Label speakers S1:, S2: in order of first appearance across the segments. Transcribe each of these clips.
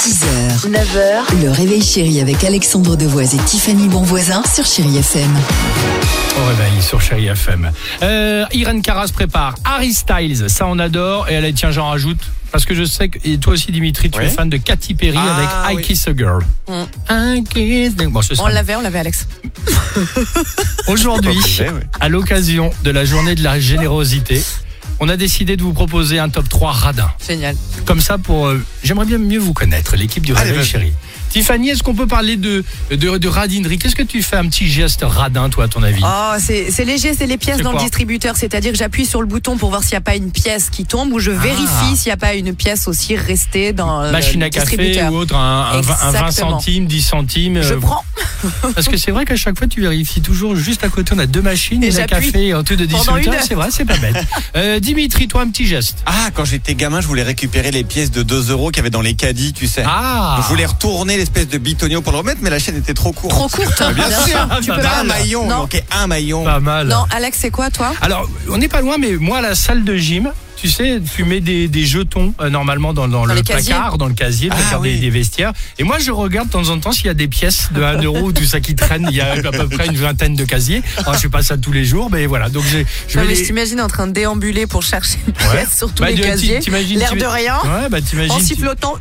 S1: 6h, 9h, le réveil chéri avec Alexandre Devoise et Tiffany Bonvoisin sur Chéri FM.
S2: Au réveil sur Chéri FM. Euh, Irene Cara se prépare. Harry Styles, ça on adore. Et elle, tiens, j'en rajoute. Parce que je sais que, et toi aussi Dimitri, tu es fan de Katy Perry
S3: Ah,
S2: avec I
S3: oui.
S2: Kiss a Girl. I Kiss the- Bon, ce
S3: On
S2: sera-
S3: l'avait, on l'avait, Alex.
S2: Aujourd'hui,
S4: C'est pas obligé, ouais.
S2: à l'occasion de la journée de la générosité, on a décidé de vous proposer un top 3 radin.
S3: Génial.
S2: Comme ça, pour euh, j'aimerais bien mieux vous connaître, l'équipe du
S4: Allez,
S2: Réveil
S4: vas-y.
S2: Chéri. Tiffany, est-ce qu'on peut parler de, de, de radinerie Qu'est-ce que tu fais Un petit geste radin, toi, à ton avis
S3: Oh, c'est c'est léger, c'est les pièces
S2: C'est
S3: dans le
S2: quoi
S3: distributeur. C'est-à-dire que j'appuie sur le bouton pour voir s'il n'y a pas une pièce qui tombe
S2: Ah.
S3: ou je vérifie s'il n'y a pas une pièce aussi restée dans euh,
S2: Machine
S3: le
S2: à café
S3: distributeur.
S2: ou autre, un, un vingt- un 20
S3: Exactement.
S2: centimes, 10 centimes.
S3: Je
S2: euh,
S3: prends
S2: Parce que c'est vrai qu'à chaque fois, tu vérifies toujours juste à côté, on a deux machines,
S3: Et
S2: une à
S3: j'appuie
S2: café et un truc de
S3: pendant une
S2: distributeur.
S3: heure.
S2: C'est vrai, c'est pas bête. Euh, Dimitri, toi, un petit geste.
S4: Ah, quand j'étais gamin, je voulais récupérer les pièces de 2 euros qu'il y avait dans les caddies, tu sais.
S2: Ah
S4: Je voulais retourner l'espèce de bitonio pour le remettre, mais la chaîne était trop courte.
S3: trop courte.
S2: Ah,
S4: Bien sûr,
S3: tu peux
S4: un
S3: pas.
S4: maillon, il
S3: Non. Bah
S4: manquait un maillon.
S2: Pas mal.
S3: Non, Alex, c'est quoi toi
S2: Alors, on n'est pas loin, mais moi, à la salle de gym, tu sais, tu mets des, des jetons euh, normalement dans, dans le
S3: les casiers.
S2: placard, dans le casier, le
S4: Ah,
S2: placard des- des,
S4: oui.
S2: vestiaires. Et moi, je regarde de temps en temps s'il y a des pièces de 1 euro ou tout ça qui traîne. Il y a à peu près une vingtaine de casiers. Alors, je fais pas ça tous les jours, mais voilà. Donc, j'ai- je
S3: Non,
S2: vais
S3: mais
S2: les-
S3: je t'imagine en train de déambuler pour chercher une
S2: Ouais.
S3: pièce sur tous
S2: Bah,
S3: les
S2: tu-
S3: casiers.
S2: t'imagines-
S3: L'air
S2: tu-
S3: de rien.
S2: Ouais, bah
S3: En
S2: t'imagines. tu-
S3: sifflotant.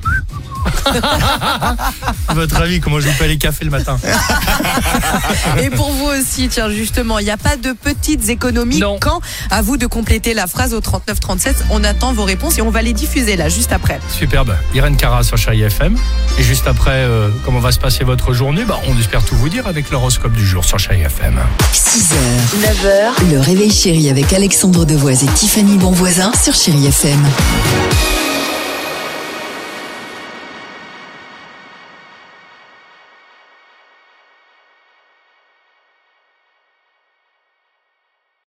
S2: Votre avis, comment je vous fais les cafés le matin
S3: Et pour vous aussi, tiens, justement, il n'y a pas de petites économies
S2: Non.
S3: quand à vous de compléter la phrase au 39-37. On attend vos réponses et on va les diffuser là, juste après.
S2: Superbe. Irène Cara sur Chéri FM. Et juste après, euh, comment va se passer votre journée bah, On espère tout vous dire avec l'horoscope du jour sur Chéri FM.
S1: 6h, 9h, le réveil chéri avec Alexandre Devoise et Tiffany Bonvoisin sur Chéri FM.